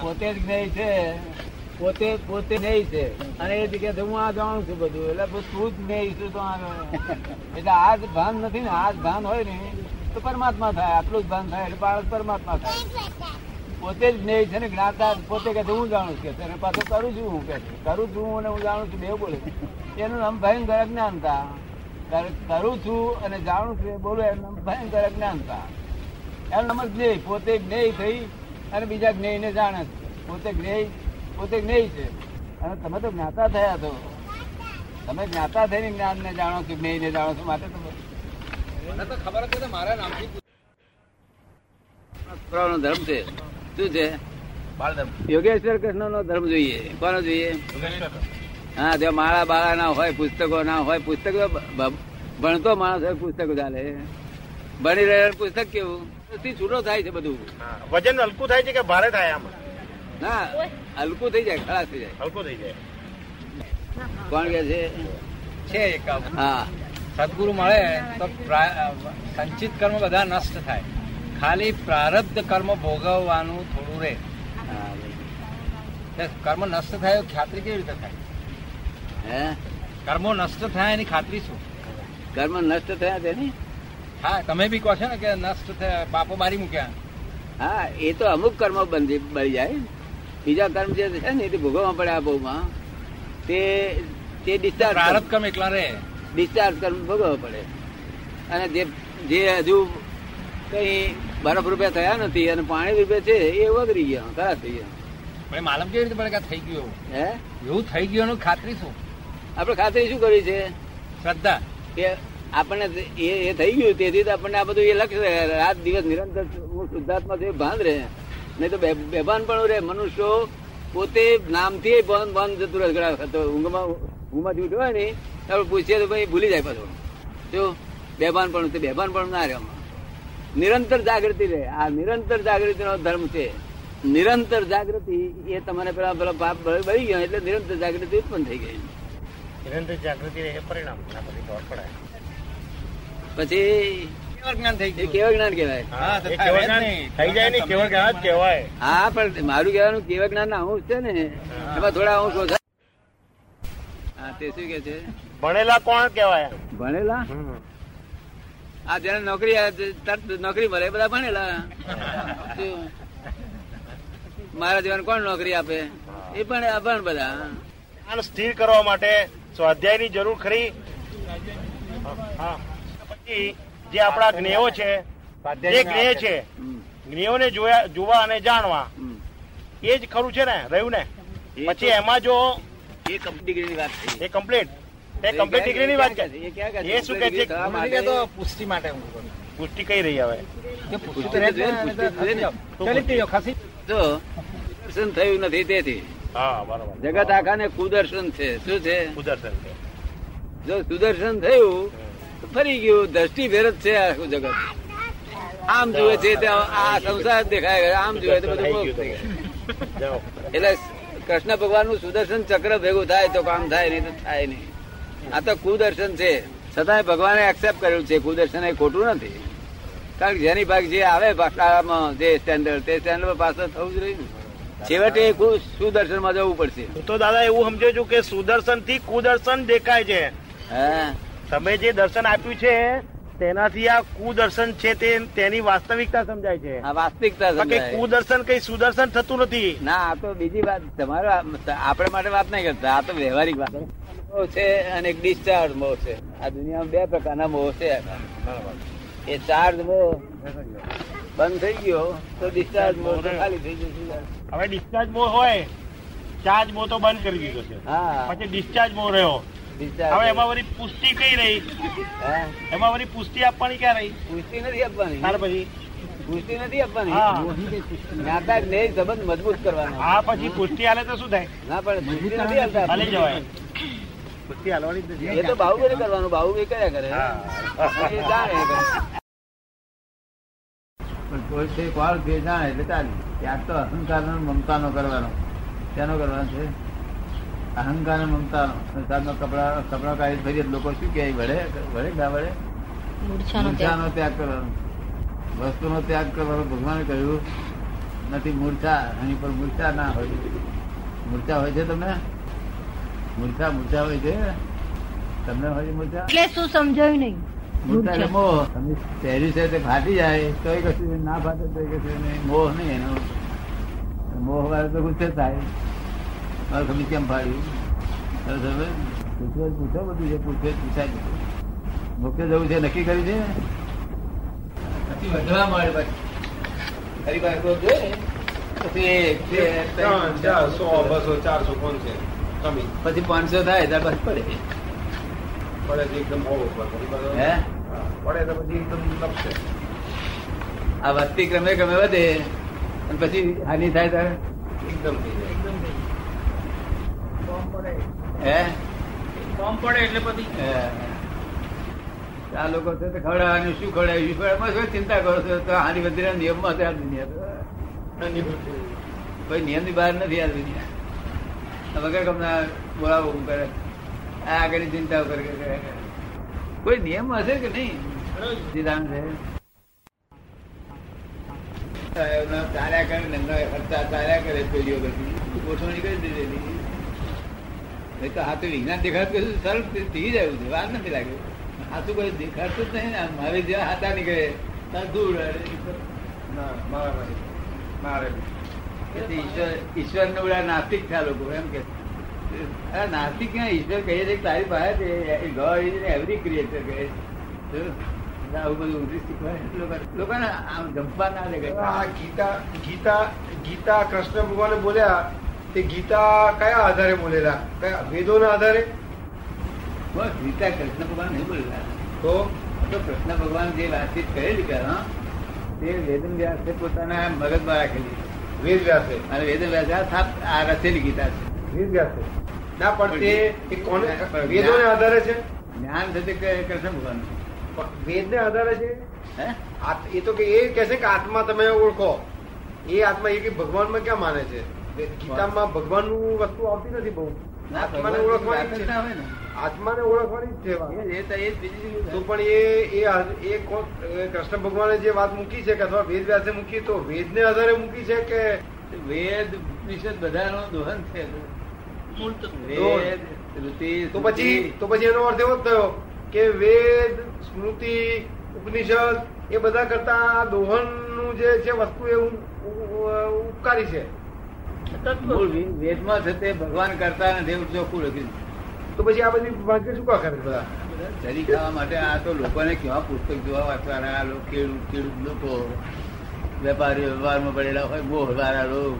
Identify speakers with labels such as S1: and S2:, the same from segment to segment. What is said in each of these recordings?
S1: પોતે જ જ્ઞેય છે પોતે પોતે જ્ઞેય છે અને એ જગ્યાએ હું આ જાણું છું બધું એટલે પછી તું જ જ્ઞેય છું તો આ- એટલે આ જ ભાન નથી ને આ જ ભાન હોય ને તો પરમાત્મા થાય આટલું જ ભાન થાય એટલે બાળક પરમાત્મા થાય પોતે જ જ્ઞેય છે ને જ્ઞાતા પોતે કે છે, હું જાણું છું કે છે. અને પાછું કરું છું હું કે છે. કરું છું અને હું જાણું છું બે બોલે છે. એનું નામ ભયંકર અજ્ઞાનતા કર- કરું છું અને જાણું છું એ બોલું એનું નામ ભયંકર અજ્ઞાનતા એનું નામ જ જ્ઞેય પોતે જ્ઞેય થઈ અને બીજા જ્ઞેયને જાણે છે પોતે જ્ઞેય પોતે જ્ઞેય છે અને તમે તો જ્ઞાતા થયા છો તમે જ્ઞાતા થઈને જ્ઞાનને જાણો કે જ્ઞેયને જાણો છો માટે તમે
S2: મને તો ખબર હતી તો મારા નામથી પૂછ-
S1: પુરાણો ધર્મ છે શું છે
S2: બાળધર્મ.
S1: યોગેશ્વર કૃષ્ણનો ધર્મ જોઈએ કોનો જોઈએ હા જો માળા બાળા ના હોય પુસ્તકો ના હોય પુસ્તક તો ભ- ભ- ભણતો માણસ હોય પુસ્તકો ચાલે ભણી રહેલ પુસ્તક કેવું થી છૂટો થાય છે બધું
S2: હા. વજન હલકું થાય છે કે ભારે થાય આમ
S1: ના હલકું થઈ જાય ખલાસ થઈ જાય
S2: હલકું થઈ જાય
S1: કોણ કે છે
S3: છે એક આવું.
S1: હા
S3: સદગુરુ મળે તો પ્રા- સંચિત કર્મ બધા નષ્ટ થાય ખાલી પ્રારબ્ધ કર્મ ભોગવવાનું થોડું રહે
S1: હા.
S3: તે કર્મ નષ્ટ થાય એવી ખાતરી કેવી રીતે થાય
S1: હે
S3: કર્મો નષ્ટ થાય એની ખાતરી શું
S1: કર્મ નષ્ટ થયા છે ને
S3: હા તમે બી કહો છો ને કે નષ્ટ થયા બાપો મારી મૂક્યા
S1: હા એ તો અમુક કર્મ બંધી બળી જાય બીજા કર્મ જે છે ને એ તો ભોગવવા પડે આ બહુમાં તે તે ડિસ્ચાર્જ
S3: પ્રારબ્ધ કર્મ એકલા રહે
S1: ડિસ્ચાર્જ કર્મ ભોગવવો પડે અને જે જે હજુ કઈ બરફ રૂપિયા થયા નથી અને પાણી રૂપિયા છે એ વગરી ગયા ખરાબ થઈ ગયા
S3: પણ એ માલમ કેવી રીતે પડે કે આ થઈ ગયું એવું
S1: હે
S3: એવું થઈ ગયું એનું ખાતરી શું
S1: આપણે ખાતરી શું કરી છે
S3: શ્રદ્ધા
S1: કે આપણને એ એ થઈ ગયું તેથી તો આપણને આ બધું એ લક્ષ રહે રાત દિવસ નિરંતર હું શુદ્ધાત્મા છું એ ભાન રહે નહીં તો બે- બેભાન પણ રહે મનુષ્યો પોતે નામથી એ ભાન ભાન જતું રહે ઘણા વખત તો ઊંઘમાં ઊંઘમાંથી ઉઠ્યો હોય ને ત્યારે પૂછીએ તો ભાઈ ભૂલી જાય પાછું જો બેભાન પણ તે બેભાન પણ ના રહે આમાં. નિરંતર જાગૃતિ રહે આ નિરંતર જાગૃતિનો ધર્મ છે નિરંતર જાગૃતિ એ તમારે પેલા પેલા પાપ બળી ગયો એટલે નિરંતર જાગૃતિ ઉત્પન્ન થઈ ગઈ
S2: નિરંતર જાગૃતિ રહે એ પરિણામ એના પછી ખબર પડે
S1: પછી
S3: કેવળ જ્ઞાન થઈ
S1: એ
S3: ગયું
S1: કેવા જ્ઞાન કહેવાય
S2: હા,
S3: તો
S2: એ
S3: થાય
S2: કેવળ
S3: જ
S2: જ્ઞાન
S3: નહીં.
S2: થઈ જાય નહીં કેવળ જ્ઞાન જ કહેવાય
S1: હા પણ મારું કહેવાનું કેવા જ્ઞાન અંશ છે ને એમાં થોડા અંશ ઓછા હા તે શું કે છે
S2: ભણેલા કોણ કહેવાય
S1: ભણેલા આ જેને નોકરી આ જે તરત નોકરી મળે એ બધા ભણેલા શું? મારા જીવન કોણ નોકરી આપે એ પણ અભણ બધા
S2: જ્ઞાન સ્થિર કરવા માટે સ્વાધ્યાયની જરૂર ખરી હા. પછી જે આપણા જ્ઞેયો છે જે જ્ઞેય છે
S1: હમ,
S2: જ્ઞેયોને જોયા જોવા અને જાણવા
S1: હમ.
S2: એ જ ખરું છે ને રહ્યું ને
S1: એ
S2: પછી
S1: તો-
S2: એમાં જો
S1: એ complete degree ની વાત થઈ.
S2: એ કમ્પ્લીટ એ
S1: એ
S2: કમ્પ્લીટ ડિગ્રીની વાત
S1: ક્યાં
S2: કરે
S1: કહે છે? એ ક્યાં કહે છે?
S2: એ શું કહે છે?
S1: complete degree થવા
S3: મને કે
S1: માટે-
S3: તો પુષ્ટિ માટે હું કરું.
S2: પુષ્ટિ કઈ રહી હવે
S3: કે પુષ્ટિ
S1: પુષ્ટિ
S3: તો રહે જ
S1: જોઈએ ને,
S3: ને,
S1: પુષ્ટિ જોઈએ ને.
S3: તો ચલી જ ગયો, ખસી
S1: જો દર્શન થયું નથી તેથી
S2: હા બરોબર
S1: જગત આખાને કુદર્શન છે શું છે
S2: ઉદર્શન છે.
S1: જો સુદર્શન થયું તો ફરી ગયું દ્રષ્ટિ ભેર જ છે આખું જગત આમ જુએ છે તે આ સંસાર જ દેખાય છે. આમ જુએ તો બધું મોક્ષ થઈ ગયું.
S2: જાઓ.
S1: એટલે કૃષ્ણ ભગવાન નું સુદર્શન ચક્ર ભેગું થાય તો કામ થાય નહીં તો થાય નહીં આ તો કુદર્શન છે છતાંય ભગવાને એક્સેપ્ટ કર્યું છે કુદર્શન એ ખોટું નથી કારણ કે જેની ભાગ જે આવે ભાષામાં જે સ્ટેન્ડર્ડ તે સ્ટેન્ડર્ડ પાસ તો થવું જ રહ્યું ને. છેવટે એ કુ- સુદર્શનમાં જવું પડશે
S2: હું તો દાદા એવું સમજો છું કે સુદર્શન થી કુદર્શન દેખાય છે
S1: હા
S2: તમે જે દર્શન આપ્યું છે તેનાથી આ કુદર્શન છે તે તેની વાસ્તવિકતા સમજાય છે
S1: આ વાસ્તવિકતા
S2: બાકી
S1: સમજાય
S2: કુદર્શન કઈ સુદર્શન થતું નથી
S1: ના આ તો બીજી વાત તમારો આ- આપણા માટે વાત નહીં કરતા આ તો વ્યવહારિક વાત મોહ છે અને એક discharge મોહ છે આ દુનિયામાં બે પ્રકારના મોહ છે એ ચાર્જ મોહ બંધ થઈ ગયો તો discharge મોહ તો ખાલી થઈ જશે
S2: હવે ડિસ્ચાર્જ મોહ હોય ચાર્જ મોહ તો બંધ કરી દીધો છે
S1: હા
S2: પછી ડિસ્ચાર્જ મોહ રહ્યો
S1: discharge.
S2: હવે એમાં વળી પુષ્ટિ કઈ રહી
S1: હા.
S2: એમાં વળી પુષ્ટિ આપવાની ક્યાં રહી
S1: પુષ્ટિ નથી
S2: ત્યાર
S1: આપવાની
S2: પછી
S1: પુષ્ટિ નથી
S2: હા.
S1: આપવાની જ્ઞાતા જ્ઞેય સંબંધ મજબૂત કરવાનો
S2: આ પછી પુષ્ટિ આલે તો શું થાય
S1: ના પણ પુષ્ટિ નથી આપતા
S2: હાલી જવાય પુષ્ટિ હાલવાની જ
S1: એ તો બાહુબલી કરવાનું બાહુબલી કર્યા કરે
S2: હા.
S1: એ જાણે કરે. પણ કોઈ છે કોણ જે જાણે એટલે ચાલે ત્યાં તો અહંકાર મમતા નો કરવાનો તેનો કરવાનો છે અહંકાર મમતા સંસારમાં કપડા કપડા કાઢી ફરીએ તો લોકો શું કહે વળે વળે કે ના વળે મૂર્છાનો ત્યાગ કરવાનો વસ્તુનો ત્યાગ કરવાનો ભગવાને કહ્યું નથી મૂર્છા એની પર મૂર્છા ના હોય મૂર્છા હોય છે તમને મૂર્છા મૂર્છા હોય છે તમને હોય છે મૂર્છા
S4: એટલે શું સમજાયું નહીં
S1: મૂર્છા એટલે મોહ તમે શહેરી છે તે ફાટી જાય તો કશું ના ફાટે તો કશું નહીં મોહ નહીં એનો મોહ વાળો તો ગુસ્સે થાય મારે તમે કેમ ફાડ્યું હવે તમે પૂછો જ પૂછો બધું છે પૂછો જ પૂછાય જ બધું. મુખ્ય જવું છે નક્કી કર્યું છે પછી વધવા મળે પછી ફરી પાછું જોઈએ ને, પછી એક, બે, ત્રણ, ચાર,
S5: બસો ચારસો છે કમી
S1: પછી પાંચસો થાય ત્યારે બસ પડે
S5: પડે તો એકદમ બહુ ઉપર ફરી પાછો-
S1: હે?
S5: હા, પડે તો પછી એકદમ લપસે
S1: આ વધતી ક્રમે ક્રમે વધે અને પછી હાનિ થાય ત્યારે
S5: એકદમ થઈ જાય
S1: હે હે. આ લોકો છે તે ખવડાવવાનું શું ખવડાવ્યું ખવડાવવામાં શું ચિંતા કરો છો તો હારી વધીના નિયમમાં છે આ દુનિયા તો કોઈ નિયમની બહાર નથી આ દુનિયા આ વગર કમના બોલાવો ઊભું કરે આ આગળ ચિંતા કરે કરે, કરે કરે. કોઈ નિયમ હશે કે નહીં સિદ્ધાંત છે એમના ચાલ્યા કરે ને એમના ખર્ચા ચાલ્યા કરે પેઢીઓ કરતી ગોઠવણી કરી દીધેલી નહીં તો હાથું વિજ્ઞાન દેખાડતું કશું સરળ થઈ થઈ રહ્યું છે વાર નથી લાગ્યું હાથું કોઈ દેખાડતું જ નહીં ને આમ હવે જ્યાં હાથા નીકળે ત્યાં ધૂળ અડે.
S5: ના મારે મારે
S1: એટલે ઈશ્વર ઈશ્વર ને બધા નાસ્તિક થયા લોકો એમ કે અરે નાસ્તિક ક્યાં ઈશ્વર કહીએ છે કે તારી પાસે છે ગોડ ઇઝ એવરી ક્રિએટર કહે છે શું? એટલે આવું બધું ઊંધી શીખવાય લોકો- લોકોને આમ જંપવા ના દે કઈ.
S5: આ ગીતા ગીતા ગીતા કૃષ્ણ ભગવાને બોલ્યા તે ગીતા કયા આધારે બોલેલા કયા વેદોના આધારે
S1: બસ ગીતા કૃષ્ણ ભગવાન નહીં બોલેલા
S5: તો
S1: તો કૃષ્ણ ભગવાન જે વાતચીત કરેલી કે હા, તે વેદન વ્યાસે પોતાના મગજમાં રાખેલી
S5: વેદ વ્યાસે
S1: અને વેદન વ્યાસે આ થાપ- આ રચેલી ગીતા છે
S5: વેદ વ્યાસે ના પણ તે એ કોને વેદોને આધારે છે
S1: જ્ઞાન થશે કે કૃષ્ણ ભગવાન
S5: પણ વેદને આધારે છે
S1: હે
S5: આ- એ તો કે એ કહે છે કે આત્મા તમે ઓળખો એ આત્મા એ કે ભગવાનમાં ક્યાં માને છે ગીતામાં ભગવાનનું વસ્તુ આવતી નથી બહુ
S1: ના
S5: આત્માને
S1: ભગવાનની
S5: ઓળખવાની
S1: વાત જ
S5: જ છે
S1: ના હોય ને
S5: આત્માને ઓળખવાની જ છે વાત.
S1: એ એ તો એ જ બીજી
S5: તો
S1: જગ્યાએ.
S5: પણ એ એ આ- એ કોણ- એ કૃષ્ણ ભગવાને જે વાત મૂકી છે કે અથવા વેદ વ્યાસે મૂકી તો વેદને આધારે મૂકી છે કે
S1: વેદ ઉપનિષદ બધાનો દોહન છે વેદ
S5: દોહન.
S1: શ્રુતિ
S5: તો પછી તો પછી એનો અર્થ એવો જ થયો કે વેદ સ્મૃતિ ઉપનિષદ એ બધા કરતા આ દોહનનું જે છે વસ્તુ એ ઉ- ઉ- ઉપકારી છે
S1: મૂળ વે- વેદમાં છે તે ભગવાન કરતા નથી એવું ચોખ્ખું લખ્યું
S5: તો પછી આ બધી વાક્ય શું કા કરે બધા
S1: છે. જરી ખાવા માટે આ તો લોકોને કેવા પુસ્તક જોવા વાંચવાના આ લોકો ખેડૂત ખેડૂત લોકો વેપારી વ્યવહારમાં પડેલા હોય મોહ વાળા લોકો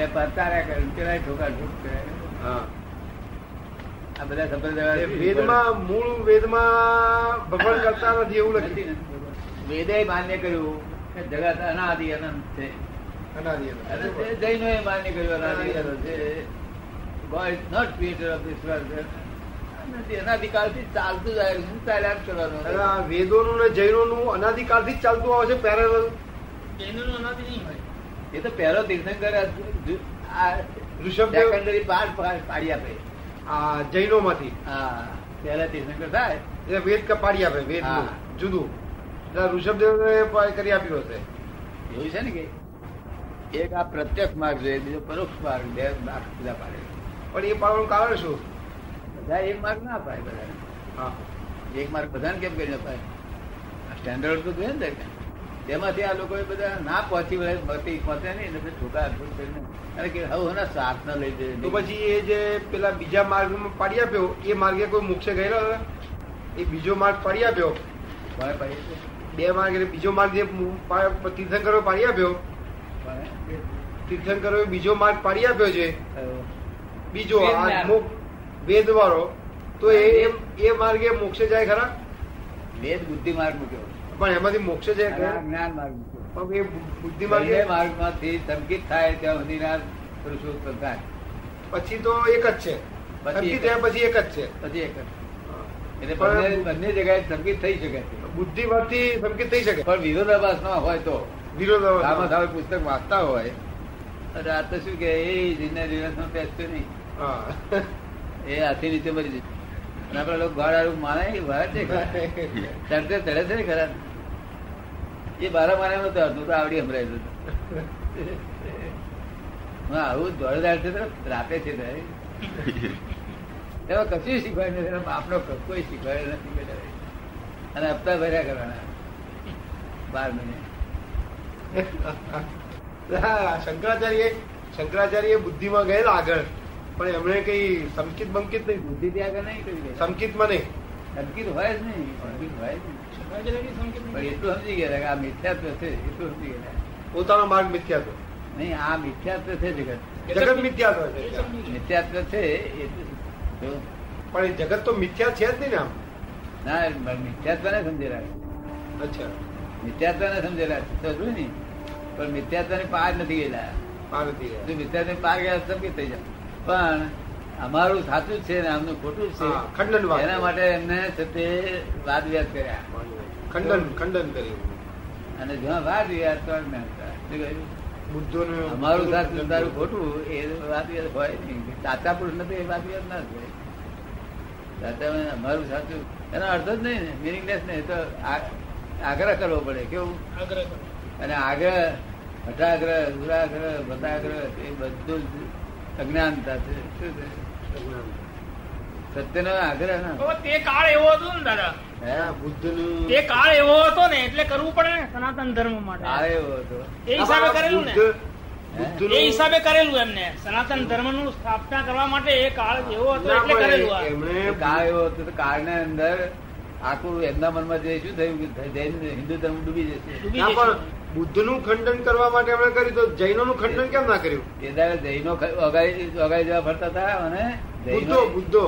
S1: વેપાર તારા કરે ને પેલા ઠોકા ઠોક કરે આ બધા
S5: એ
S1: સંપ્રદાય
S5: વેદમાં મૂળ વેદમાં ભગવાન કરતા નથી એવું લખ્યું
S1: વેદે માન્ય કર્યું કે જગત અનાદિ અનંત છે
S5: અનાદિ અનંત.
S1: અને તે જૈનોએ માન્ય કર્યું અનાદિ અનંત છે. God is not creator of this world. નથી. અનાદિકાળથી જ ચાલતું જ આવ્યું છે. ચાલ્યા જ કરવાનું
S5: અને આ વેદોનું ને જૈનોનું અનાદિકાળથી જ ચાલતું આવે છે પેરેલલ
S1: એ તો પહેલો તીર્થંકર આ જુ- આ
S5: ઋષભદેવ.
S1: secondary part પા- પાડી આપે
S5: આ જૈનોમાંથી
S1: હા પહેલા તીર્થંકર થાય
S5: એટલે વેદ કપાડી આપે વેદનું
S1: હા.
S5: જુદું એટલે ઋષભદેવ કરી આપ્યું હશે
S1: એવું છે ને કે એક આ પ્રત્યક્ષ માર્ગ છે બીજો પરોક્ષ માર્ગ બે માર્ગ પૂરા પાડે
S5: પણ એ પાડવાનું કારણ શું
S1: બધા એક માર્ગ ના પાડે બધા
S5: હા
S1: એક માર્ક બધાને કેમ કરીને અપાય સ્ટેન્ડર્ડ તો જોઈએ ને તેમાંથી આ લોકોએ બધા ના પહોંચી વળે પહોંચી પહોંચે નહીં એટલે પછી ઠોકા ઠોક કરીને અરે કે હવે એના સાથ ન લઈ જાય
S5: તો પછી એ જે પેલા બીજા માર્ગમાં પાડી આપ્યો એ માર્ગે કોઈ મોક્ષે ગયેલો હવે? એ બીજો માર્ગ પાડી આપ્યો
S1: કોણે પાડી છે?
S5: બે માર્ગ એટલે બીજો માર્ગ જે મુ- પા- તીર્થંકરો પાડી આપ્યો
S1: કોણે?
S5: તીર્થંકરો બીજો માર્ગ પાડી આપ્યો છે
S1: થયો.
S5: બીજો
S3: વેદ
S5: આ
S3: માર્ગ.
S5: મોક્ષ વેદ વાળો તો એ એ- એ માર્ગે મોક્ષે જાય ખરા
S1: વેદ બુદ્ધિ માર્ગ મૂક્યો
S5: પણ એમાંથી મોક્ષે જાય
S1: અને આ
S5: ખરા
S1: જ્ઞાન માર્ગ મૂક્યો
S5: પણ એ બુ- બુદ્ધિ
S1: બંને
S5: માર્ગે
S1: માર્ગમાંથી સંકિત થાય ત્યાં સુધીના પુરુષો ઉત્પન્ન થાય
S5: પછી તો એક જ છે
S1: પછી એક જ.
S5: સંગીત થયા પછી એક જ છે
S1: પછી એક જ. એટલે બંને
S5: પણ
S1: બંને જગ્યાએ સંકિત થઈ શકે છે
S5: બુદ્ધિમાંથી સંકેત થઈ શકે
S1: પણ વિરોધાભાસ ન હોય તો સામે
S5: વિરોધાભાસ
S1: સામે પુસ્તક વાંચતા હોય અને આ તો શું કે એ જીને દિવસમાં બેસતું નહીં
S5: હા
S1: એ હાથી નીચે મરી જાય અને આપડે લોકો ગોળ આડું માને વાત છે ખરા. ચડતે ચડે છે ને ખરા એ બારા માર્યા નતો આવતું તો આવડી સંભળાય હું આવું દોડદાર છે તો રાતે છે તારે. એમાં કશું શીખવાય નથી એનો બાપનો ક- કોઈ શીખવાય નથી બેટા. અને હપ્તા ભર્યા કરવાના બાર મહિને
S5: હા, શંકરાચાર્ય શંકરાચાર્ય બુદ્ધિમાં ગયેલા આગળ પણ એમણે કઈ સમકિત બંકિત નહીં
S1: બુદ્ધિ ત્યાં આગળ નહીં કરી દે.
S5: સમકિતમાં નહીં
S1: સંકિત હોય જ નહીં સંકિત હોય જ નહીં પણ એટલું સમજી ગયા કે આ મિથ્યાત્વ છે એટલું સમજી ગયા
S5: પોતાનો માર્ગ મિથ્યા હતો
S1: નહીં આ મિથ્યાત્વ છે જગત
S5: જગત મિથ્યા હતો એટલે.
S1: મિથ્યાત્વ છે એટલું જો,
S5: પણ એ જગત તો મિથ્યા છે જ નહીં ને આમ
S1: ના મિથ્યાત્વ ને સમજેલા છે.
S5: અચ્છા
S1: મિથ્યાત્વ ને સમજેલા છે તો શું નહીં પણ મિથ્યાત્વ ને પાર નથી ગયેલા
S5: પાર્વતી
S1: જો મિથ્યાત્વ ને પાર ગયા સંકિત થઈ જાય પણ અમારું સાચું જ છે ને આમનું ખોટું જ
S5: હા,
S1: છે
S5: ખંડનવાદ.
S1: એના માટે એમને સતે વાદ વિવાદ કર્યા
S5: ખંડન ખંડન કર્યું
S1: અને જ્યાં વાદ વિવાદ તો જ મેં કર્યા. શું કહ્યું?
S5: બુદ્ધોનું
S1: અમારું સાચું તારું ખોટું એ વાત એ હોય નહીં સાચા પુરુષ નથી એ વાત એ ના જ હોય સાચા માં અમારું સાચું એનો અર્થ જ નહીં ને મિનિંગલેસ નહીં તો આ- આગ્રહ કરવો પડે કેવું અને આગ્રહ હઠાગ્રહ દુરાગ્રહ ભટાગ્રહ એ બધું જ અજ્ઞાનતા છે શું છે સત્યનો આગ્રહ ના
S4: તો તે કાળ એવો હતો ને દાદા
S1: હે
S5: બુદ્ધનું
S4: તે કાળ એવો હતો ને એટલે કરવું પડે ને સનાતન ધર્મ
S1: આ
S4: માટે
S1: એવો હતો
S4: એ હિસાબે કરેલું ને
S5: બુદ્ધ-
S1: હે?
S5: બુદ્ધનું-
S4: એ હિસાબે કરેલું એમને સનાતન ધર્મ નું સ્થાપના કરવા માટે એ કાળ એવો હતો
S5: ના,
S4: એટલે
S5: પણ
S4: કરેલું આ.
S5: એમણે
S1: કાળ એવો હતો તો કાળના અંદર આખું એમના મનમાં જે શું થયું કે જૈન હિન્દુ ધર્મ ડૂબી જશે
S4: ડૂબી
S5: ના
S4: જશે.
S5: પણ બુદ્ધનું ખંડન કરવા માટે એમણે કર્યું તો જૈનોનું ખંડન કેમ ના કર્યું
S1: તે દાડે જૈનો ખ- વગાડી વગાડી જવા ફરતા હતા અને જૈનો
S5: બુદ્ધો બુદ્ધો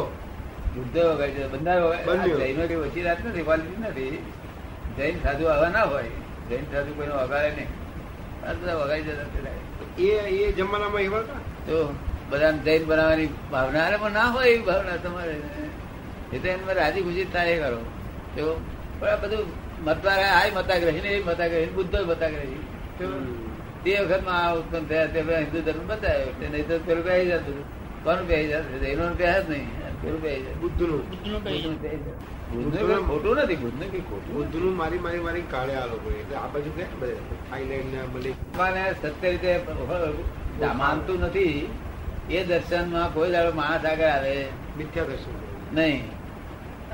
S1: બુદ્ધો વગાડી જવા બંધારો વગાડી-
S5: બંધ્યો.
S1: આ જૈનો જે ઓછી રાત નથી quality નથી જૈન સાધુ આવા ના હોય જૈન સાધુ કોઈને વગાડે નહીં આ બધા વગાડી જતા તે દાડે.
S5: એ એ જમાનામાં એવા હતા
S1: તો બધાને જૈન બનાવવાની ભાવના અરે પણ ના હોય એવી ભાવના તમારે એ તો એમાં રાજી ખુશી થાય એ કરો તો પણ આ બધું મતવાર આ મતાગ્રહી ને એ મતાગ્રહી બુદ્ધો મતાગ્રહી તો તે વખતમાં આ ઉત્પન્ન થયા તે પેલા હિન્દુ ધર્મ બતાવ્યો તે નહીં તો પેલું બેસી જતું કોનું બેસી જતું એનું બેસ જ નહીં પેલું બેસી જતું
S5: બુદ્ધનું
S4: બુદ્ધનું
S1: બુદ્ધનું
S4: કઈ
S1: બેસી જતું. બુદ્ધનું કઈ ખોટું નથી બુદ્ધનું કઈ ખોટું નથી.
S5: બુદ્ધનું મારી મારી મારી કાળે આ લોકો એટલે આ બાજુ કે થાઈલેન્ડ ને મળી
S1: ભગવાને સત્ય રીતે માનતું નથી એ દર્શનમાં કોઈ દાડો માણસ આગળ આવે
S5: મિથ્યા દર્શન
S1: નહીં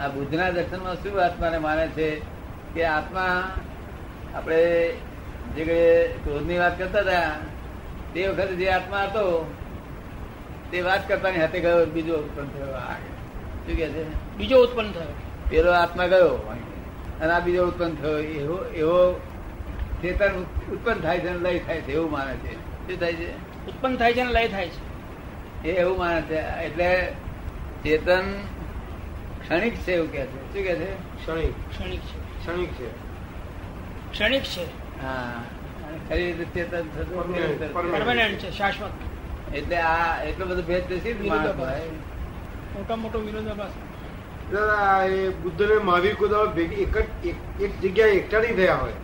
S1: આ બુદ્ધના દર્શનમાં શું આત્માને માને છે કે આત્મા આપણે જે કંઈ ક્રોધની વાત કરતા હતા તે વખતે જે આત્મા હતો તે વાત કરતાની હાથે ગયો બીજો ઉત્પન્ન થયો આ શું કહે છે
S4: બીજો ઉત્પન્ન થયો
S1: પેલો આત્મા ગયો અને આ બીજો ઉત્પન્ન થયો એવો એવો ચેતન ઉત્પન્ન થાય છે અને લય થાય છે એવું માને છે શું થાય છે
S4: ઉત્પન્ન થાય છે અને લય થાય છે
S1: એ એવું માને છે એટલે ચેતન ક્ષણિક છે એવું કે છે શું કે છે
S5: ક્ષણિક
S4: ક્ષણિક છે
S5: ક્ષણિક છે
S4: ક્ષણિક છે
S1: હા અને ખરી રીતે ચેતન થતું
S5: Permanent, permanent.
S4: પરમાનન્ટ છે શાશ્વત
S1: એટલે આ એટલો બધો ભેદ તો શી રીતે માણસ હોય?
S4: મોટા મોટો વિરોધાભાસ
S5: દાદા એ બુદ્ધ ને મહાવીર કોઈ ભેગી એક જ એક- એક જગ્યાએ એકઠા નહીં થયા હોય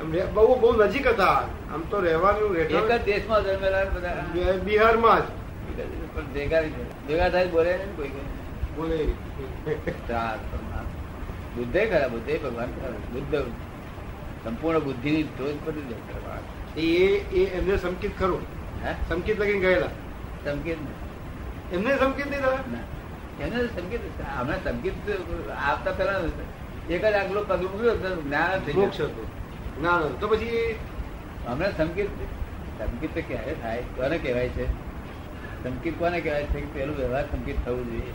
S5: આમ રે- બહુ બહુ નજીક હતા આમ તો રહેવાનું
S1: એક જ
S5: રહેઠાણ
S1: દેશમાં જન્મેલા ને બધા
S5: બિ- બિહારમાં જ
S1: પણ ભેગા નહીં થયા. ભેગા થાય બોલે નહીં કોઈ કોઈ.
S5: બોલે
S1: ચાર પરમાત્મા. બુદ્ધે ખરા બુદ્ધે ભગવાન ખરા. બુદ્ધ સંપૂર્ણ બુદ્ધિની ટોચ પડી જાય ભગવાન.
S5: એ એ એમને સંકેત ખરો
S1: હે?
S5: સંકેત લગીને ગયેલા
S1: સંકેત ને?
S5: એમને સંકેત નહીં દાદા
S1: ના. એને સંકેત હમણાં સંકેત આવતા પહેલા એક જ આગલું પગલું મૂક્યું હતું, જ્ઞાન થઈ
S5: મોક્ષ
S1: ગયું
S5: હતો ના ના. તો પછી
S1: હમણાં સંકેત સંકેત તો ક્યારે થાય કોને કહેવાય છે સંકેત કોને કહેવાય છે કે પેલું વ્યવહાર સંકેત થવું જોઈએ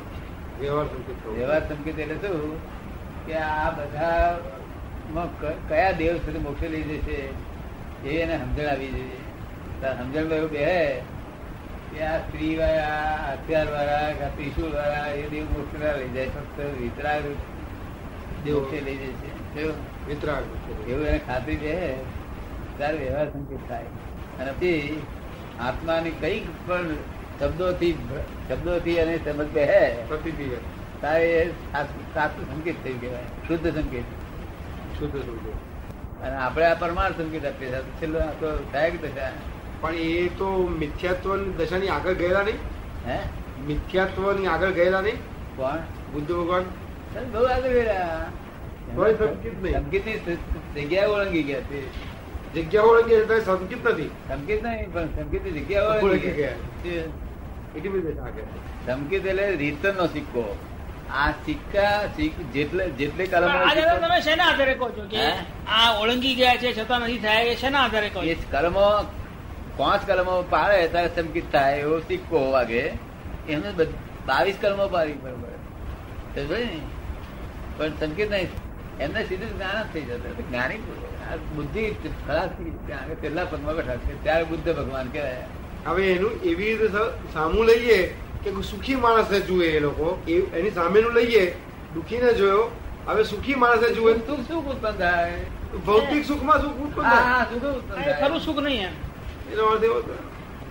S5: વ્યવહાર સંકેત થયો.
S1: વ્યવહાર સંકેત એટલે શું કે આ બધા કયા દેવ સુધી મોક્ષે લઈ જશે એ એને સમજણ આવી જોઈએ તાર સમજણમાં એવું બે કે આ સ્ત્રી વાળા હથિયાર વાળા કે ત્રિશુલ વાળા એ દેવ મોક્ષે ના લઈ જાય ફક્ત વિતરાગ દેવ મોક્ષે લઈ જશે કેવું
S5: વિતરાગ
S1: એવું એને ખાતરી છે ત્યારે વ્યવહાર સંકેત થાય અને પછી આત્માની કઈક પણ શબ્દોથી શબ્દોથી એને સમજ બે
S5: પ્રતિક્રિયા
S1: તારે એ સાચું સાચું સંકેત થઈ કહેવાય શુદ્ધ સંકેત
S5: શુદ્ધ સંકેત
S1: અને આપણે આ પરમાર્થ સંકેત આપીએ છીએ છેલ્લો આ તો સાહેબ દશા
S5: પણ એ તો મિથ્યાત્વ દશાની આગળ ગયેલા નહીં
S1: હે
S5: મિથ્યાત્વની આગળ ગયેલા નહીં
S1: કોણ
S5: બુદ્ધ ભગવાન
S1: સાહેબ બહુ આગળ ગયા
S5: કોઈ સંકેત નહીં.
S1: સંકેતની જગ્યાએ ઓળંગી ગયા તે
S5: જગ્યા હોય કે તે સંકિત નથી
S1: સંકેત નહીં પણ સંકેતની જગ્યા હોય
S5: ભૂલ
S1: ને.
S5: જગ્યા.
S1: તે
S5: એટલી બધી આગળ
S1: સંકેત એટલે રીતનો સિક્કો આ સિક્કા સિક- જેટલે જેટલી
S4: પણ
S1: કલમો
S4: આ દાદા તમે શેના આધારે કહો છો કે
S1: હે?
S4: આ ઓળંગી ગયા છે છતાં નથી થયા એ શેના આધારે કહો
S1: એ
S4: છો
S1: કલમો પાંચ કલમો પાડે ત્યારે સંકેત થાય એવો સિક્કો વાગે એમને બધ- બાવીસ કલમો પાડી બરોબર સમજો ને? પણ સંકેત નહીં એમને સીધું જ્ઞાન જ થઈ જતું એટલે જ્ઞાની આ બુદ્ધિ ખલાસ થઈ ગઈ. આગળ છેલ્લા પગમાં બેઠા છે ત્યારે બુદ્ધ ભગવાન કહેવાય
S5: હવે એનું એવી રીતે સ- સામું લઈએ કે કોઈ સુખી માણસને જુએ એ લોકો એ- એની સામેનું લઈએ દુખીને જોયો હવે સુખી માણસે જુએ
S1: સુખ સુખ ઉત્પન્ન થાય
S5: ભૌતિક સુખમાં સુખ ઉત્પન્ન થાય
S1: આ સુખ ઉત્પન્ન
S4: આ એ
S1: થાય
S4: ખરું સુખ નહીં એમ
S5: એનો અર્થ એવો થયો.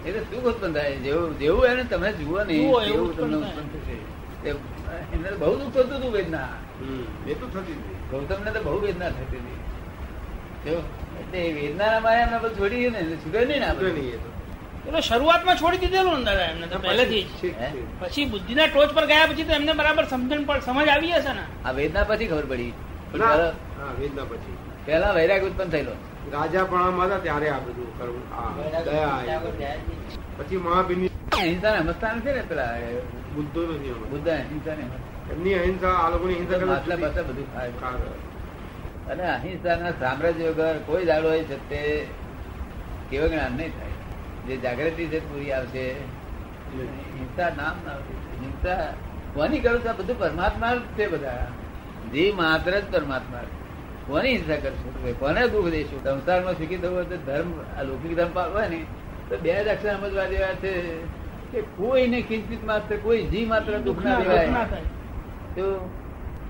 S1: એટલે સુખ ઉત્પન્ન થાય જેવું જેવું એને તમે જુઓ ને
S4: જુઓ એવું
S1: એવું તમને
S4: ઉત્પન્ન
S1: ઉત્પન્ન થશે તે- એને તો બહુ દુઃખ થતું હતું વેદના
S5: એ તો થતી જ નહીં.
S1: ગૌતમ ને તો બહુ વેદના થતી હતી જો, એટલે એ વેદના મારે એમને બધું છોડી દીધું ને સુધે નહીં ને આ
S5: જો
S1: બધું.
S5: નહીં એ તો.
S4: એટલે શરૂઆતમાં છોડી દીધેલું ને દાદા એમને તો પહેલેથી જ
S5: ઠીક છે.
S4: પછી બુદ્ધિના ટોચ પર ગયા પછી તો એમને બરાબર સમજણ પણ સમજ આવી હશે ને
S1: આ વેદના પછી ખબર પડી પણ
S5: ના,
S1: પહેલા-
S5: હા, વેદના પછી
S1: પહેલા વૈરાગ ઉત્પન્ન થયેલો
S5: રાજા પણ હતા ત્યારે આ બધું કરવું આ દયા આવી. પછી મહાવીરની
S1: અહિંસાને સમજતા નથી ને પેલા એ
S5: બુદ્ધો નથી અમારે.
S1: બુદ્ધ અહિંસાને
S5: એમની અહિંસા આ લોકોની અહિંસા કરતા
S1: માટલા બાટલા બધું ખાય.
S5: કારણ.
S1: અને અહિંસાના સામ્રાજ્ય વગર કોઈ દાડો એ છે તે કેવું જ્ઞાન નહીં થાય જે જાગૃતિ છે પૂરી આવશે હિંસા નામ ના આવશે. હિંસા કોની કરો છો? આ બધું પરમાત્મા જ છે બધા જીવ માત્ર જ પરમાત્મા છે. કોની હિંસા કરશો તમે? કોને દુઃખ દેશો સંસારમાં સુખી થવું હોય તો ધર્મ આ લૌકિક ધર્મ પાળવા ને તો બે જ અક્ષર સમજવા જેવા છે કે કોઈને કિંચિત માત્ર કોઈ જીવ માત્ર દુઃખ ના
S4: દુઃખ ના
S1: દેવાય
S4: થાય.
S1: તો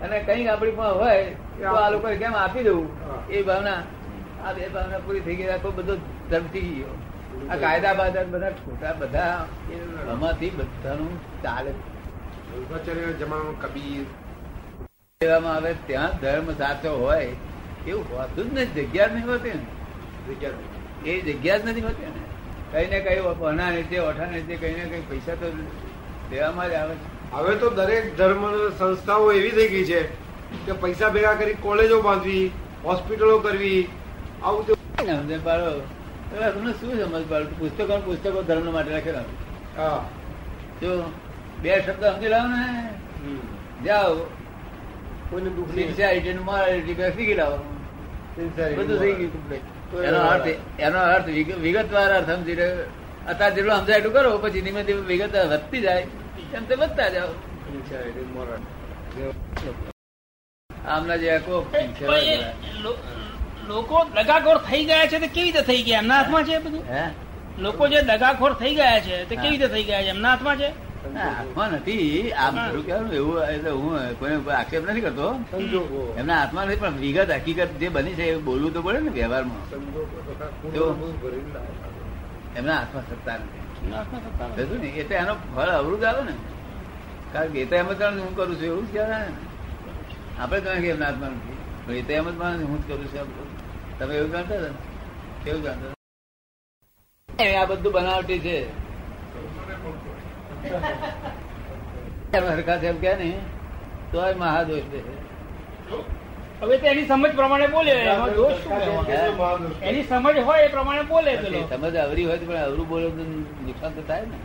S1: અને કંઈક આપણી પાસે હોય તો આ લોકો કેમ આપી દેવું
S5: હા.
S1: એ ભાવના આ બે ભાવના પૂરી થઈ ગઈ આખો બધો ધમકી ગયો આ કાયદા બાદા બધા ખોટા બધા આમાંથી બધાનું ચાલે
S5: શંકરાચાર્યના જમાનામાં કબીર
S1: કહેવામાં આવે ત્યાં ધર્મ સાચો હોય એવું હોતું જ નથી જગ્યા જ નહીં હોતી
S5: જગ્યા નથી.
S1: ને એ જગ્યા જ નથી હોતી ને કઈ ને કઈ વના નીચે ઓઠા નીચે કઈ ને કઈ પૈસા તો દેવામાં જ આવે છે
S5: હવે તો દરેક ધર્મ સંસ્થાઓ એવી થઈ ગઈ છે કે પૈસા ભેગા કરી કોલેજો બાંધવી હોસ્પિટલો કરવી આવું તેવું.
S1: સમજણ પાડો હવે તમને શું સમજ પાડો પુસ્તકો ને પુસ્તકો ધર્મ માટે લખેલા હોય.
S5: હા
S1: જો બે શબ્દ સમજી લાવો ને
S5: હમ.
S1: જાઓ
S5: કોઈને દુઃખ નહીં
S1: સિન્સિયરિટી નું morality બે શીખી લાવો બધું થઈ ગયું complete.
S5: તો
S1: એનો અર્થ એનો અર્થ વિગ- વિગતવાર અર્થ સમજી લો અત્યારે જેટલું સમજાય એટલું કરો પછી ધીમે ધીમે વિગત વધતી જાય એમ તે વધતા જાઓ
S5: Sincerity, moral.
S1: આમના જેવા કોક
S4: પણ એ
S1: સિન્સિયર
S4: લો- લોકો દગાખોર થઈ ગયા છે તે કેવી રીતે થઈ ગયા એમના હાથમાં છે એ બધું
S1: હે
S4: લોકો જે દગાખોર થઈ ગયા છે તે કેવી રીતે થઈ ગયા છે એમના હાથમાં છે
S1: ના, હાથમાં નથી આ મારું કહેવાનું એવું એટલે હું કોઈને ઉપર આક્ષેપ નથી કરતો
S5: સંજોગો
S1: એમના હાથમાં નથી પણ વિગત હકીકત જે બની છે એ બોલવું તો પડે ને વ્યવહારમાં
S5: સંજોગો તથા
S1: જો.
S5: કુળનો બહુ ભરેલા હતા.
S1: એમના હાથમાં સત્તા નથી
S4: એમના હાથમાં સત્તા નથી.
S1: સમજ્યું ને? એટલે એનો ફળ અવરોધ આવે ને કારણ કે એ તો એમ જ માણસ હું કરું છું એવું જ કહેવાય ને આપણે તો કે એમના હાથમાં નથી પણ એ તો એમ જ માણસ હું જ કરું છું એમ કહું. તમે એવું જાણતા હતા ને? કેવું જાણતા હતા? એ આ બધું બનાવટી છે એમ હરખા છે એમ કે ને તો એ મહાદોષ છે
S4: હવે તો એની સમજ પ્રમાણે બોલે એમાં દોષ શું
S5: સરકાર
S4: કહેવાનો?
S5: જે મહાન દોષ.
S4: એની સમજ હોય એ પ્રમાણે બોલે પેલો
S1: સમજ અવરી હોય તો પણ અવરું બોલો તો નુકસાન તો થાય ને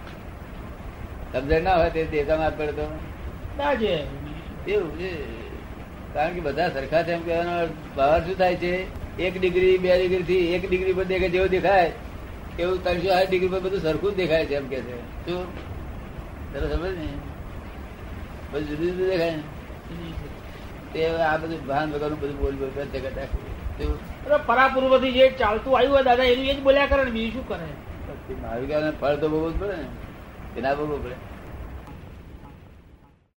S1: સમજણ ના હોય તે દેખામાં હાથ પડે તો
S4: ના છે
S1: એવું છે કારણ કે બધા સરખા છે એમ કહેવાનો ભાવ શું થાય છે એક ડિગ્રી બે ડિગ્રી થી એક ડિગ્રી પર દેખાય જેવું દેખાય એવું ત્રણસો સાઠ ડિગ્રી પર બધું સરખું જ દેખાય છે એમ કે છે શું તને સમજ ને બધું જુદું જુદું દેખાય ને તે આ બધું ભાન વગરનું બધું બોલ બોલ કરે જગત આખું શું
S4: અરે પરાપૂર્વથી જે ચાલતું આવ્યું હોય દાદા એનું એ જ બોલ્યા કરે ને બીજું શું કરે
S1: પછી મહાવીર ફળ તો ભોગવવું જ પડે ને કે ના ભોગવવું પડે